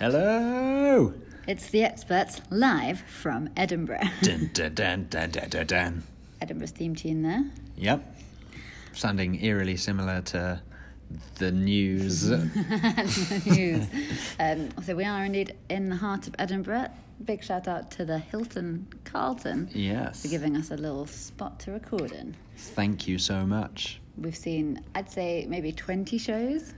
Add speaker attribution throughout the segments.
Speaker 1: Hello.
Speaker 2: It's the experts live from Edinburgh.
Speaker 1: dun, dun, dun, dun, dun, dun, dun.
Speaker 2: Edinburgh's theme tune there.
Speaker 1: Yep. Sounding eerily similar to the news.
Speaker 2: News. um, so we are indeed in the heart of Edinburgh. Big shout out to the Hilton Carlton
Speaker 1: yes.
Speaker 2: for giving us a little spot to record in.
Speaker 1: Thank you so much.
Speaker 2: We've seen, I'd say, maybe 20 shows.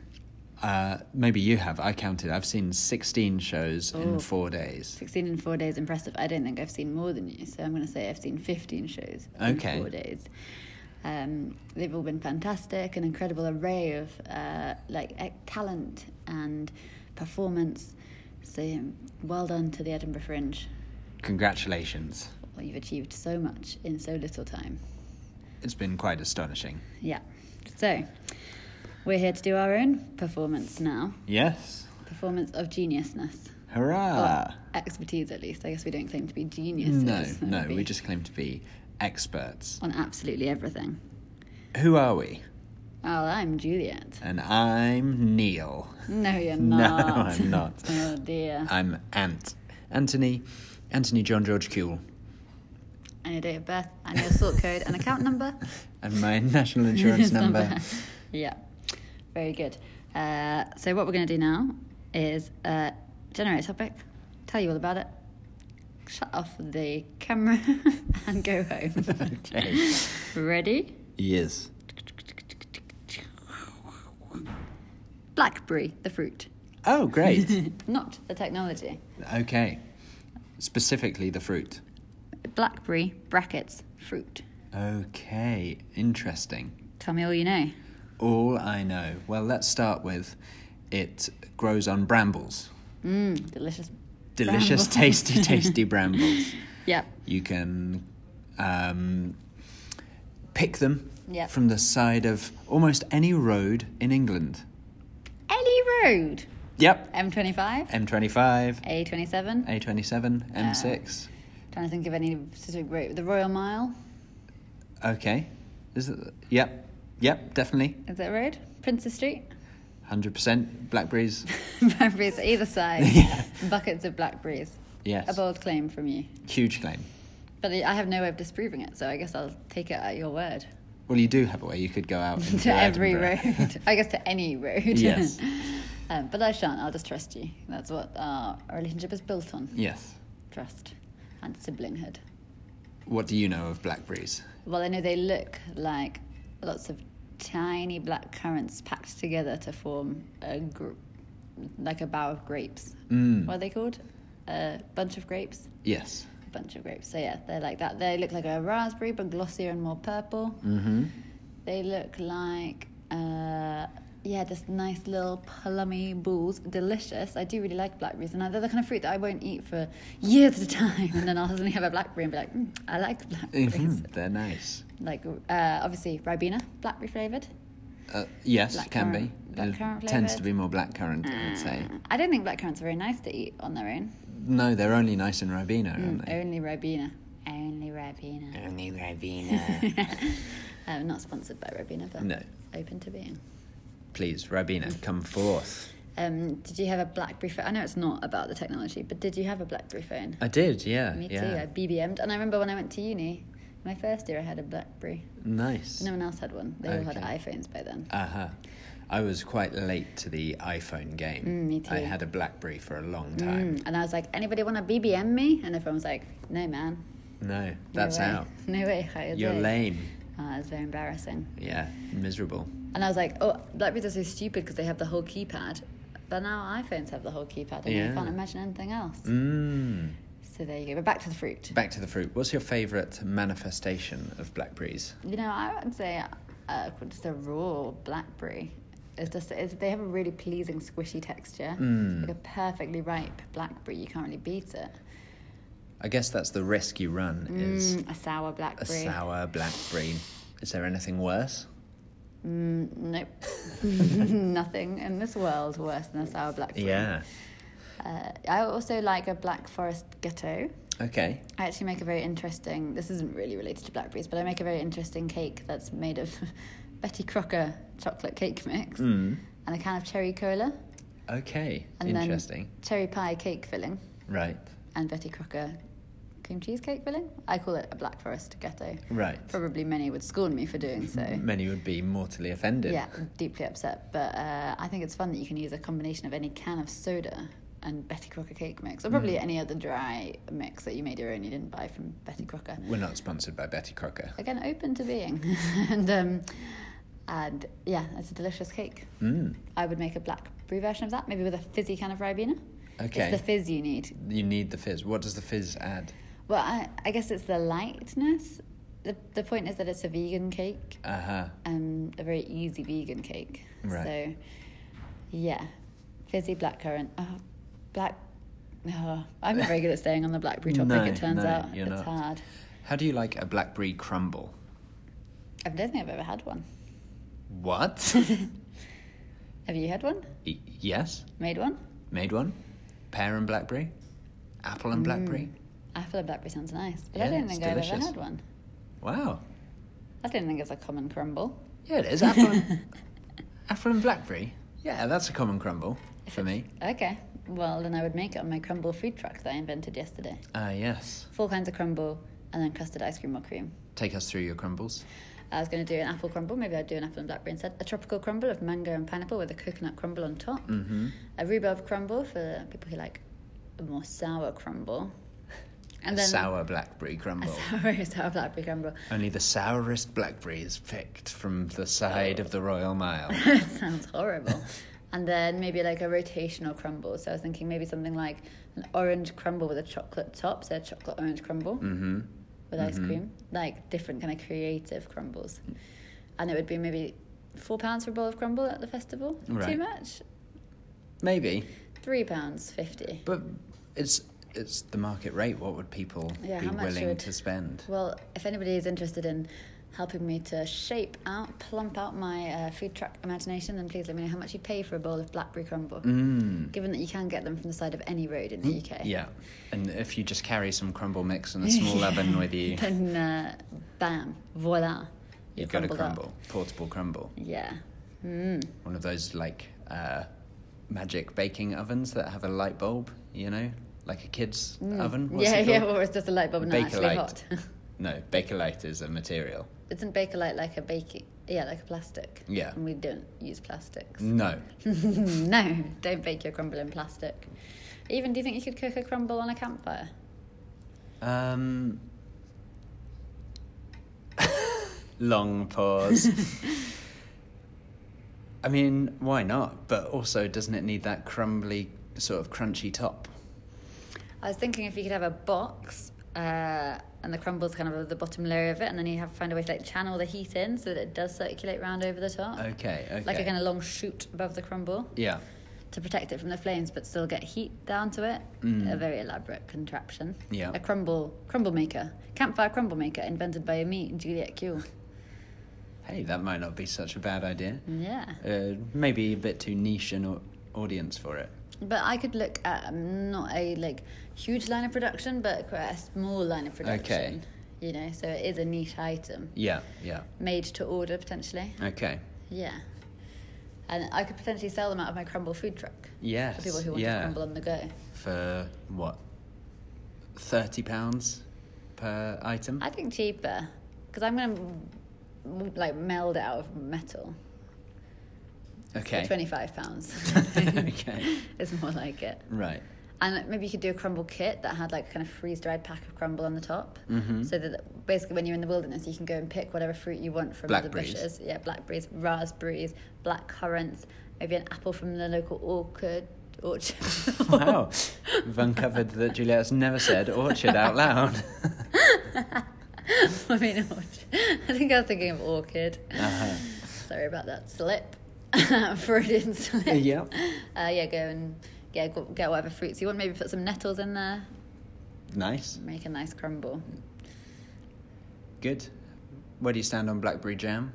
Speaker 1: Uh, maybe you have. I counted. I've seen 16 shows in four days.
Speaker 2: 16 in four days, impressive. I don't think I've seen more than you, so I'm going to say I've seen 15 shows
Speaker 1: Okay.
Speaker 2: in four days. Um, they've all been fantastic, an incredible array of uh, like eh, talent and performance. So um, well done to the Edinburgh Fringe.
Speaker 1: Congratulations.
Speaker 2: Well, you've achieved so much in so little time.
Speaker 1: It's been quite astonishing.
Speaker 2: Yeah. So we're here to do our own performance now.
Speaker 1: Yes.
Speaker 2: Performance of geniusness.
Speaker 1: Hurrah.
Speaker 2: Expertise, at least. I guess we don't claim to be geniuses.
Speaker 1: Ah. no,
Speaker 2: That would
Speaker 1: no,
Speaker 2: be-
Speaker 1: we just claim to be experts.
Speaker 2: on absolutely everything.
Speaker 1: Who are we?
Speaker 2: Oh, I'm Juliet.
Speaker 1: And I'm Neil.
Speaker 2: No, you're
Speaker 1: No,
Speaker 2: not.
Speaker 1: I'm not.
Speaker 2: oh dear.
Speaker 1: I'm Ant. Anthony. Anthony John George Kuehl.
Speaker 2: And your date of birth, and your sort code, and account number.
Speaker 1: And my national insurance
Speaker 2: It's
Speaker 1: number.
Speaker 2: yeah, very good. Uh, so what we're going to do now is uh, generate a topic, tell you all about it, shut off the camera, and go home.
Speaker 1: okay.
Speaker 2: Ready?
Speaker 1: Yes.
Speaker 2: Blackberry, the fruit,
Speaker 1: Oh, great.
Speaker 2: not the technology.
Speaker 1: okay. Specifically the fruit.
Speaker 2: Blackberry brackets fruit.
Speaker 1: Okay. Interesting.
Speaker 2: Tell me all you know.
Speaker 1: All I know. Well, let's start with it grows on brambles.
Speaker 2: Mmm, delicious.
Speaker 1: Delicious,
Speaker 2: Brambles.
Speaker 1: tasty, tasty brambles.
Speaker 2: Yep.
Speaker 1: You can um, pick them
Speaker 2: Yep.
Speaker 1: from the side of almost any road in England.
Speaker 2: Ellie Road.
Speaker 1: Yep.
Speaker 2: M25,
Speaker 1: M25,
Speaker 2: A27.
Speaker 1: A27, M6.
Speaker 2: Trying to think of any specific route. The Royal Mile,
Speaker 1: Okay. Is it? Yep. Yep. Definitely.
Speaker 2: is that a road? Princess Street.
Speaker 1: Hundred percent. Blackberries.
Speaker 2: blackberries either side.
Speaker 1: Yeah.
Speaker 2: Buckets of blackberries.
Speaker 1: Yes.
Speaker 2: A bold claim from you.
Speaker 1: Huge claim.
Speaker 2: But I have no way of disproving it, so I guess I'll take it at your word.
Speaker 1: Well, you do have a way. You could go out into
Speaker 2: to every
Speaker 1: Edinburgh.
Speaker 2: road. I guess to any road.
Speaker 1: Yes.
Speaker 2: um, but I shan't. I'll just trust you. That's what our relationship is built on
Speaker 1: Yes.
Speaker 2: trust and siblinghood.
Speaker 1: What do you know of blackberries?
Speaker 2: Well, I know they look like lots of tiny black currants packed together to form a gr- like a bough of grapes.
Speaker 1: Hmm.
Speaker 2: Mm. What are they called? A bunch of grapes.
Speaker 1: Yes.
Speaker 2: A bunch of grapes. So yeah, they're like that. They look like a raspberry, but glossier and more purple. Mm-hmm. They look like uh, yeah, just nice little plummy balls. Delicious. I do really like blackberries, and they're the kind of fruit that I won't eat for years at a time. And then I'll suddenly have a blackberry and be like, mm, I like blackberries
Speaker 1: Mhm, They're nice.
Speaker 2: like uh, obviously ribena, blackberry flavored.
Speaker 1: Uh, yes, can be.
Speaker 2: Blackcurrant- blackcurrant
Speaker 1: it tends to
Speaker 2: flavoured. Mm.
Speaker 1: be more blackcurrant, I would say.
Speaker 2: I don't think blackcurrants are very nice to eat on their own.
Speaker 1: No, they're only nice in Ribena, aren't they?
Speaker 2: Only ribena. Mm, Only ribena.
Speaker 1: Only Ribena.
Speaker 2: um, not sponsored by ribena, but
Speaker 1: No.
Speaker 2: open to being.
Speaker 1: Please, Ribena, come forth.
Speaker 2: Um, did you have a blackberry phone? I know it's not about the technology, but did you have a blackberry phone?
Speaker 1: I did, yeah.
Speaker 2: Me
Speaker 1: Uh, yeah.
Speaker 2: too. I BBM'd, and I remember when I went to uni, my first year I had a blackberry.
Speaker 1: Nice.
Speaker 2: No one else had one. They all had
Speaker 1: Okay.
Speaker 2: iPhones by then.
Speaker 1: Uh huh. I was quite late to the iPhone game.
Speaker 2: Mm, me
Speaker 1: I
Speaker 2: too.
Speaker 1: had a BlackBerry for a long time.
Speaker 2: Mm, And I was like, anybody want to BBM me? And everyone was like, no man.
Speaker 1: No,
Speaker 2: No
Speaker 1: that's
Speaker 2: way.
Speaker 1: out.
Speaker 2: No way. How
Speaker 1: You're
Speaker 2: doing?
Speaker 1: lame.
Speaker 2: Oh, it was very embarrassing.
Speaker 1: Yeah, miserable.
Speaker 2: And I was like, oh, Blackberries are so stupid because they have the whole keypad. But now iPhones have the whole keypad and
Speaker 1: Yeah.
Speaker 2: I can't imagine anything else.
Speaker 1: Mm.
Speaker 2: So there you go. But back to the fruit.
Speaker 1: Back to the fruit. What's your favourite manifestation of blackberries?
Speaker 2: You know, I would say uh, just a raw blackberry. It's just, it's, they have a really pleasing squishy texture.
Speaker 1: Mm.
Speaker 2: It's like a perfectly ripe blackberry. You can't really beat it.
Speaker 1: I guess that's the risk you run is
Speaker 2: Mm, a sour
Speaker 1: a
Speaker 2: blackberry.
Speaker 1: sour blackberry. Is there anything worse?
Speaker 2: Mm, nope. Nothing in this world worse than a sour blackberry.
Speaker 1: Yeah.
Speaker 2: Uh, I also like a black forest gâteau.
Speaker 1: Okay.
Speaker 2: I actually make a very interesting. This isn't really related to blackberries, but I make a very interesting cake that's
Speaker 1: Mm.
Speaker 2: made of Betty Crocker chocolate cake mix and a can of cherry cola
Speaker 1: Okay.
Speaker 2: And
Speaker 1: Interesting.
Speaker 2: then cherry pie cake filling
Speaker 1: Right.
Speaker 2: and Betty Crocker cream cheesecake filling. I call it a Black Forest ghetto.
Speaker 1: Right.
Speaker 2: Probably many would scorn me for doing so.
Speaker 1: Many would be mortally offended.
Speaker 2: Yeah, deeply upset. But uh, I think it's fun that you can use a combination of any can of soda and Betty Crocker cake mix, or probably any other dry mix that you made your own you didn't buy from Betty Crocker.
Speaker 1: We're not sponsored by Betty Crocker.
Speaker 2: Again, open to being, and um, and yeah, it's a delicious cake.
Speaker 1: Mm.
Speaker 2: I would make a black brew version of that, maybe with a fizzy can of Ribena.
Speaker 1: Okay.
Speaker 2: It's the fizz you need.
Speaker 1: You need the fizz. What does the fizz add?
Speaker 2: Well, I, I guess it's the lightness. The, the point is that it's a vegan cake,
Speaker 1: Uh huh.
Speaker 2: um, a very easy vegan cake.
Speaker 1: Right.
Speaker 2: So, yeah, fizzy blackcurrant. Oh, black. Oh, I'm not very good at staying on the blackberry topic.
Speaker 1: No,
Speaker 2: it turns
Speaker 1: no,
Speaker 2: out
Speaker 1: you're
Speaker 2: it's
Speaker 1: not.
Speaker 2: hard.
Speaker 1: How do you like a blackberry crumble?
Speaker 2: I don't think I've ever had one.
Speaker 1: What?
Speaker 2: Have you had one?
Speaker 1: Y- yes.
Speaker 2: Made one?
Speaker 1: Made one. Pear and blackberry. Apple and blackberry.
Speaker 2: Mm. Apple and blackberry sounds nice, but I
Speaker 1: Yeah,
Speaker 2: don't
Speaker 1: it's
Speaker 2: think I've ever
Speaker 1: delicious.
Speaker 2: had one.
Speaker 1: Wow.
Speaker 2: I don't think it's a common crumble.
Speaker 1: Yeah, it is. Apple and, apple and blackberry. Yeah, that's a common crumble for me.
Speaker 2: Okay, well then I would make it on my crumble food truck that I invented yesterday.
Speaker 1: Ah, yes.
Speaker 2: Four kinds of crumble, and then custard ice cream or cream.
Speaker 1: Take us through your crumbles.
Speaker 2: I was going to do an apple crumble. Maybe I'd do an apple and blackberry instead. A tropical crumble of mango and pineapple with a coconut crumble on top.
Speaker 1: Mm.
Speaker 2: Mm-hmm. A rhubarb crumble for people who like a more sour crumble. And then
Speaker 1: sour blackberry
Speaker 2: a
Speaker 1: crumble.
Speaker 2: sour, sour blackberry crumble.
Speaker 1: Only the sourest blackberry is picked from the side of the Royal Mile.
Speaker 2: that sounds horrible. and then maybe like a rotational crumble. So I was thinking maybe something like an orange crumble with a chocolate top. So a chocolate orange crumble
Speaker 1: Mm-hmm.
Speaker 2: with ice cream. Like different kind of creative crumbles. And it would be maybe four pounds for a bowl of crumble at the festival. Too
Speaker 1: Right.
Speaker 2: much?
Speaker 1: Maybe,
Speaker 2: Three pounds fifty.
Speaker 1: but it's it's the market rate. What would people
Speaker 2: Yeah,
Speaker 1: be
Speaker 2: how much
Speaker 1: willing
Speaker 2: would-
Speaker 1: to spend?
Speaker 2: Well, if anybody is interested in helping me to shape out, plump out my uh, food truck imagination, then please let me know how much you pay for a bowl of blackberry crumble.
Speaker 1: Mm.
Speaker 2: Given that you can get them from the side of any road in the UK.
Speaker 1: Yeah, and if you just carry some crumble mix and a small oven with you,
Speaker 2: Then uh, bam, voila.
Speaker 1: you've
Speaker 2: you've
Speaker 1: got a
Speaker 2: crumbled
Speaker 1: crumble, portable crumble,
Speaker 2: Yeah. Mm.
Speaker 1: one of those like uh, magic baking ovens that have a light bulb. You know, like a kid's oven. What's
Speaker 2: Mm. yeah,
Speaker 1: it
Speaker 2: yeah,
Speaker 1: called?
Speaker 2: or it's just a light bulb, not actually
Speaker 1: Bakelite.
Speaker 2: hot.
Speaker 1: No, baker light is a material.
Speaker 2: Isn't Bakelite like a baking? Yeah, like a plastic.
Speaker 1: Yeah. Mm.
Speaker 2: And we don't use plastics.
Speaker 1: No,
Speaker 2: no, don't bake your crumble in plastic. Even, do you think you could cook a crumble on a campfire?
Speaker 1: Um, long pause. I mean, why not? But also, doesn't it need that crumbly, sort of crunchy top?
Speaker 2: I was thinking if you could have a box uh, and the crumbles kind of the bottom layer of it, and then you have to find a way to like channel the heat in so that it does circulate round over the top.
Speaker 1: Okay, Oh, okay.
Speaker 2: Like a kind of long shoot above the crumble
Speaker 1: yeah,
Speaker 2: to protect it from the flames, but still get heat down to it. A very elaborate contraption.
Speaker 1: Mm. Yeah.
Speaker 2: A crumble crumble maker, campfire crumble maker, invented by me, Juliet Kuhl.
Speaker 1: hey, that might not be such a bad idea.
Speaker 2: Yeah.
Speaker 1: Uh, maybe a bit too niche an au- audience for it.
Speaker 2: But I could look at um, not a like huge line of production, but quite a small line of production. You know, so it is a niche item,
Speaker 1: Yeah, yeah.
Speaker 2: made to order potentially.
Speaker 1: Okay.
Speaker 2: Yeah. And I could potentially sell them out of my crumble food truck
Speaker 1: Yes.
Speaker 2: for people who want
Speaker 1: yeah.
Speaker 2: to crumble on the go.
Speaker 1: For what? Thirty pounds per item.
Speaker 2: I think cheaper because I'm gonna mm, like meld it out of metal for
Speaker 1: Okay.
Speaker 2: twenty five pounds.
Speaker 1: Okay.
Speaker 2: it's more like it.
Speaker 1: Right.
Speaker 2: And maybe you could do a crumble kit that had like a kind of freeze dried pack of crumble on the top,
Speaker 1: Mm-hmm.
Speaker 2: so that basically when you're in the wilderness you can go and pick whatever fruit you want from the
Speaker 1: Blackberries.
Speaker 2: bushes. Yeah, blackberries, raspberries, black currants, maybe an apple from the local orchard. Orchard.
Speaker 1: Wow. We've uncovered that Juliet's never said orchard out loud.
Speaker 2: I mean, orchard. I think I was thinking of orchid.
Speaker 1: Uh-huh.
Speaker 2: Sorry about that slip. Freudian slip.
Speaker 1: Yeah.
Speaker 2: Uh, yeah, go and yeah, go, get whatever fruits you want. Maybe put some nettles in there.
Speaker 1: Nice.
Speaker 2: Make a nice crumble.
Speaker 1: Good. Where do you stand on blackberry jam?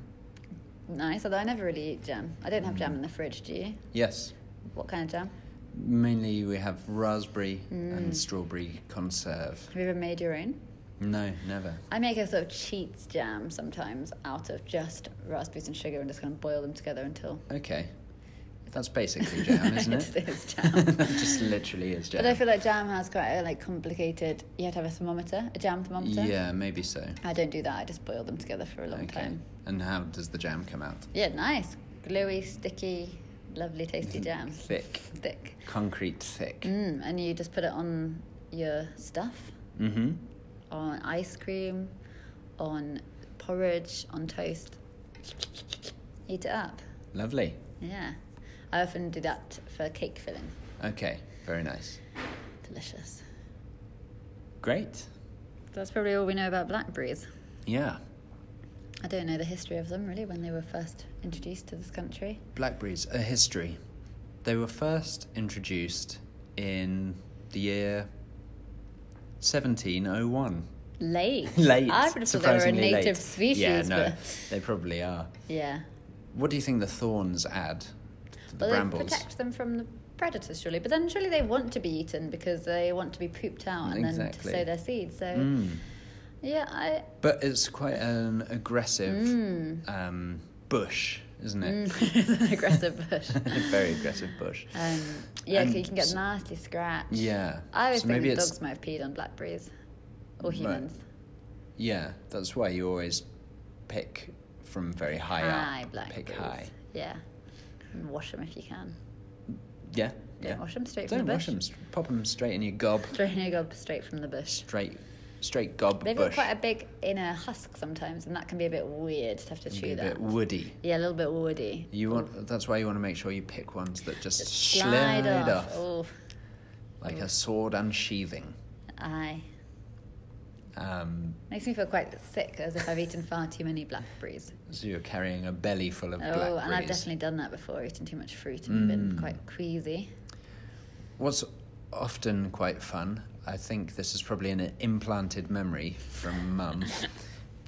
Speaker 2: Nice, although I never really eat jam. I don't have jam in the fridge, do you?
Speaker 1: Yes.
Speaker 2: What kind of jam?
Speaker 1: Mainly we have raspberry
Speaker 2: Mm.
Speaker 1: and strawberry conserve.
Speaker 2: Have you ever made your own?
Speaker 1: No, never.
Speaker 2: I make a sort of cheats jam sometimes out of just raspberries and sugar and just kind of boil them together until
Speaker 1: Okay.
Speaker 2: it's
Speaker 1: That's basically jam, isn't it?
Speaker 2: It is jam.
Speaker 1: that just literally is jam.
Speaker 2: But I feel like jam has quite a like complicated. You have to have a thermometer, a jam thermometer.
Speaker 1: yeah, maybe so.
Speaker 2: I don't do that. I just boil them together for a long time.
Speaker 1: And how does the jam come out?
Speaker 2: Yeah, nice, gluey, sticky, lovely, tasty jam.
Speaker 1: Mm-hmm. Thick,
Speaker 2: Thick.
Speaker 1: concrete thick.
Speaker 2: Mm, and you just put it on your stuff,
Speaker 1: Mm-hmm.
Speaker 2: on ice cream, on porridge, on toast. Eat it up.
Speaker 1: Lovely.
Speaker 2: Yeah, I often do that for cake filling.
Speaker 1: Okay, very nice.
Speaker 2: Delicious.
Speaker 1: Great.
Speaker 2: That's probably all we know about blackberries.
Speaker 1: Yeah.
Speaker 2: I don't know the history of them really when they were first introduced to this country.
Speaker 1: Blackberries, a history. They were first introduced in the year 1701.
Speaker 2: Late.
Speaker 1: Late.
Speaker 2: I would have thought they were a
Speaker 1: surprisingly
Speaker 2: native
Speaker 1: late.
Speaker 2: species.
Speaker 1: Yeah, no,
Speaker 2: But
Speaker 1: they probably are.
Speaker 2: yeah.
Speaker 1: What do you think the thorns add to the
Speaker 2: Well,
Speaker 1: brambles?
Speaker 2: they protect them from the predators, surely. But then surely they want to be eaten because they want to be pooped out and then to
Speaker 1: Exactly.
Speaker 2: sow their seeds. So
Speaker 1: Mm.
Speaker 2: yeah, I
Speaker 1: But it's quite an aggressive um, bush, isn't it?
Speaker 2: Mm, it's an aggressive bush.
Speaker 1: Very aggressive bush.
Speaker 2: Um, yeah,
Speaker 1: And
Speaker 2: 'cause you can get
Speaker 1: s-
Speaker 2: nasty scratch.
Speaker 1: Yeah.
Speaker 2: I always
Speaker 1: so
Speaker 2: think
Speaker 1: maybe
Speaker 2: that
Speaker 1: it's
Speaker 2: dogs might have peed on blackberries or
Speaker 1: Right.
Speaker 2: humans.
Speaker 1: yeah. That's why you always pick from very high,
Speaker 2: high
Speaker 1: up.
Speaker 2: blackberries.
Speaker 1: Pick high.
Speaker 2: Yeah. And wash them if you can.
Speaker 1: Yeah.
Speaker 2: Don't
Speaker 1: yeah.
Speaker 2: wash them straight
Speaker 1: Don't
Speaker 2: from the
Speaker 1: wash
Speaker 2: bush.
Speaker 1: them. Pop them straight in your gob.
Speaker 2: Straight, no, go straight from the bush.
Speaker 1: Straight, straight gob
Speaker 2: They've
Speaker 1: bush.
Speaker 2: got quite a big inner husk sometimes, and that can be a bit weird to have to
Speaker 1: Be
Speaker 2: chew
Speaker 1: a
Speaker 2: that.
Speaker 1: bit woody.
Speaker 2: Yeah, a little bit woody.
Speaker 1: You want. That's why you want to make sure you pick ones that just,
Speaker 2: Slide,
Speaker 1: off,
Speaker 2: off. Oh,
Speaker 1: like a sword unsheathing.
Speaker 2: aye.
Speaker 1: Um,
Speaker 2: Makes me feel quite sick, as if I've eaten far too many blackberries.
Speaker 1: so you're carrying a belly full of Mm.
Speaker 2: Oh, and I've
Speaker 1: blackberries.
Speaker 2: definitely done that before, eaten too much fruit and been quite queasy.
Speaker 1: What's often quite fun, I think this is probably an implanted memory from mum,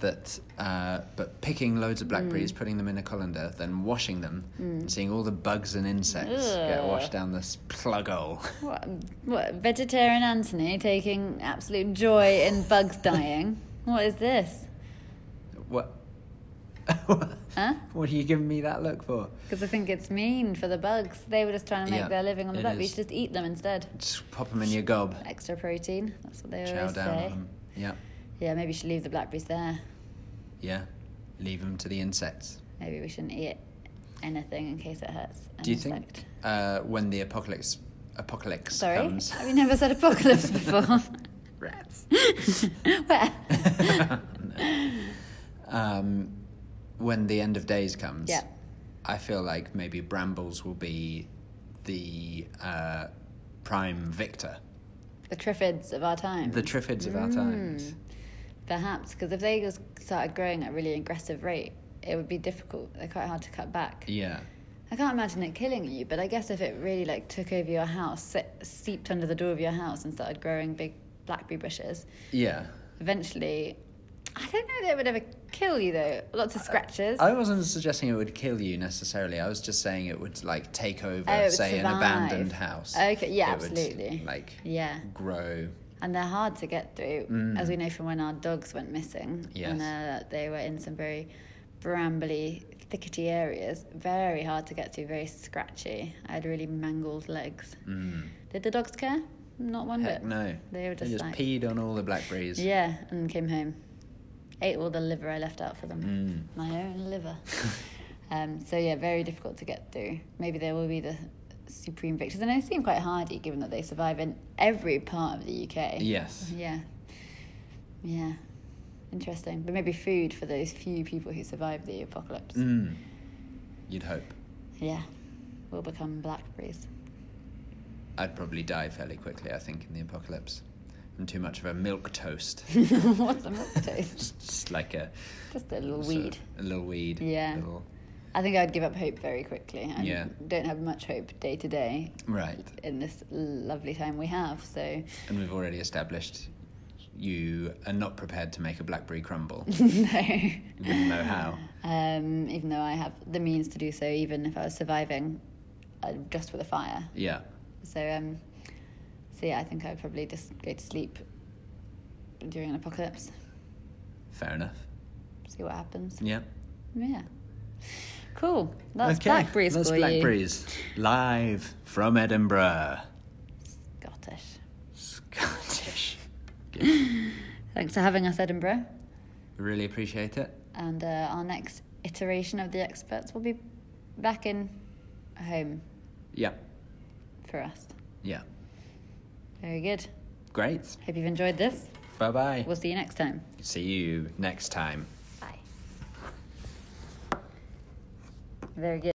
Speaker 1: that uh, but picking loads of blackberries,
Speaker 2: Mm.
Speaker 1: putting them in a colander, then washing them, and seeing all the bugs and insects get
Speaker 2: Ugh.
Speaker 1: washed down this plug hole.
Speaker 2: What, what, vegetarian Anthony taking absolute joy in bugs dying? What is this?
Speaker 1: What?
Speaker 2: Huh?
Speaker 1: what are you giving me that look for?
Speaker 2: Because I think it's mean for the bugs. They were just trying to make
Speaker 1: Yeah,
Speaker 2: their living on the
Speaker 1: it
Speaker 2: blackberries.
Speaker 1: is.
Speaker 2: Just eat them instead.
Speaker 1: Just pop them in your gob.
Speaker 2: Extra protein. That's what they
Speaker 1: Chow
Speaker 2: always
Speaker 1: down
Speaker 2: say.
Speaker 1: on them. Yeah,
Speaker 2: Yeah, maybe we should leave the blackberries there.
Speaker 1: yeah. Leave them to the insects.
Speaker 2: Maybe we shouldn't eat anything in case it hurts. an
Speaker 1: Do you think
Speaker 2: insect.
Speaker 1: uh, when the apocalypse apocalypse
Speaker 2: Sorry,
Speaker 1: comes?
Speaker 2: have you never said apocalypse before?
Speaker 1: Rats.
Speaker 2: Where?
Speaker 1: um, when the end of days comes,
Speaker 2: Yeah.
Speaker 1: I feel like maybe brambles will be the uh, prime victor,
Speaker 2: The triffids of our time.
Speaker 1: the triffids of our
Speaker 2: Mm.
Speaker 1: times.
Speaker 2: Perhaps because if they just started growing at a really aggressive rate, it would be difficult. They're quite hard to cut back.
Speaker 1: Yeah,
Speaker 2: I can't imagine it killing you, but I guess if it really like took over your house, se- seeped under the door of your house, and started growing big blackberry bushes,
Speaker 1: yeah.
Speaker 2: eventually, I don't know that it would ever kill you though. Lots of scratches.
Speaker 1: I wasn't suggesting it would kill you necessarily. I was just saying it would like take over,
Speaker 2: Oh, it would
Speaker 1: say, an
Speaker 2: survive.
Speaker 1: abandoned house.
Speaker 2: Okay, yeah,
Speaker 1: It would,
Speaker 2: absolutely.
Speaker 1: like
Speaker 2: yeah,
Speaker 1: grow.
Speaker 2: and they're hard to get through, as we know from when our dogs went missing.
Speaker 1: Mm. Yes.
Speaker 2: And uh, they were in some very brambly, thickety areas. Very hard to get through, very scratchy. I had really mangled legs.
Speaker 1: Mm.
Speaker 2: Did the dogs care? Not one
Speaker 1: Heck
Speaker 2: bit.
Speaker 1: no.
Speaker 2: They were
Speaker 1: They
Speaker 2: just,
Speaker 1: just
Speaker 2: like,
Speaker 1: peed on all the blackberries.
Speaker 2: Yeah, and came home. Ate all the liver I left out for them.
Speaker 1: Mm.
Speaker 2: My own liver. um, so yeah, very difficult to get through. Maybe they will be the supreme victors, and they seem quite hardy, given that they survive in every part of the UK.
Speaker 1: Yes.
Speaker 2: Yeah. Yeah. Interesting, but maybe food for those few people who survived the apocalypse.
Speaker 1: Mm. You'd hope.
Speaker 2: Yeah, will become blackberries.
Speaker 1: I'd probably die fairly quickly, I think, in the apocalypse. I'm too much of a milk toast.
Speaker 2: What's a milk toast?
Speaker 1: just, just like a
Speaker 2: Just a little
Speaker 1: sort of-
Speaker 2: weed.
Speaker 1: a little weed.
Speaker 2: Yeah.
Speaker 1: Little,
Speaker 2: I think I'd give up hope very quickly. I
Speaker 1: Yeah.
Speaker 2: don't have much hope day to day
Speaker 1: right.
Speaker 2: in this lovely time we have. So
Speaker 1: And we've already established you are not prepared to make a blackberry crumble. you
Speaker 2: no.
Speaker 1: wouldn't know how.
Speaker 2: Um, even though I have the means to do so, even if I was surviving uh, just with a fire.
Speaker 1: Yeah.
Speaker 2: So um, so yeah, I think I'd probably just go to sleep during an apocalypse.
Speaker 1: Fair enough.
Speaker 2: See what happens.
Speaker 1: Yeah.
Speaker 2: Yeah. Cool. That's
Speaker 1: okay.
Speaker 2: blackberries
Speaker 1: That's
Speaker 2: for you.
Speaker 1: Blackberries. Live from Edinburgh.
Speaker 2: Scottish.
Speaker 1: Scottish.
Speaker 2: Thanks for having us, Edinburgh.
Speaker 1: Really appreciate it.
Speaker 2: And uh, our next iteration of the experts will be back in home
Speaker 1: Yeah.
Speaker 2: for us.
Speaker 1: Yeah.
Speaker 2: Very good.
Speaker 1: Great.
Speaker 2: Hope you've enjoyed this.
Speaker 1: Bye bye.
Speaker 2: We'll see you next time.
Speaker 1: See you next time.
Speaker 2: Bye. Very good.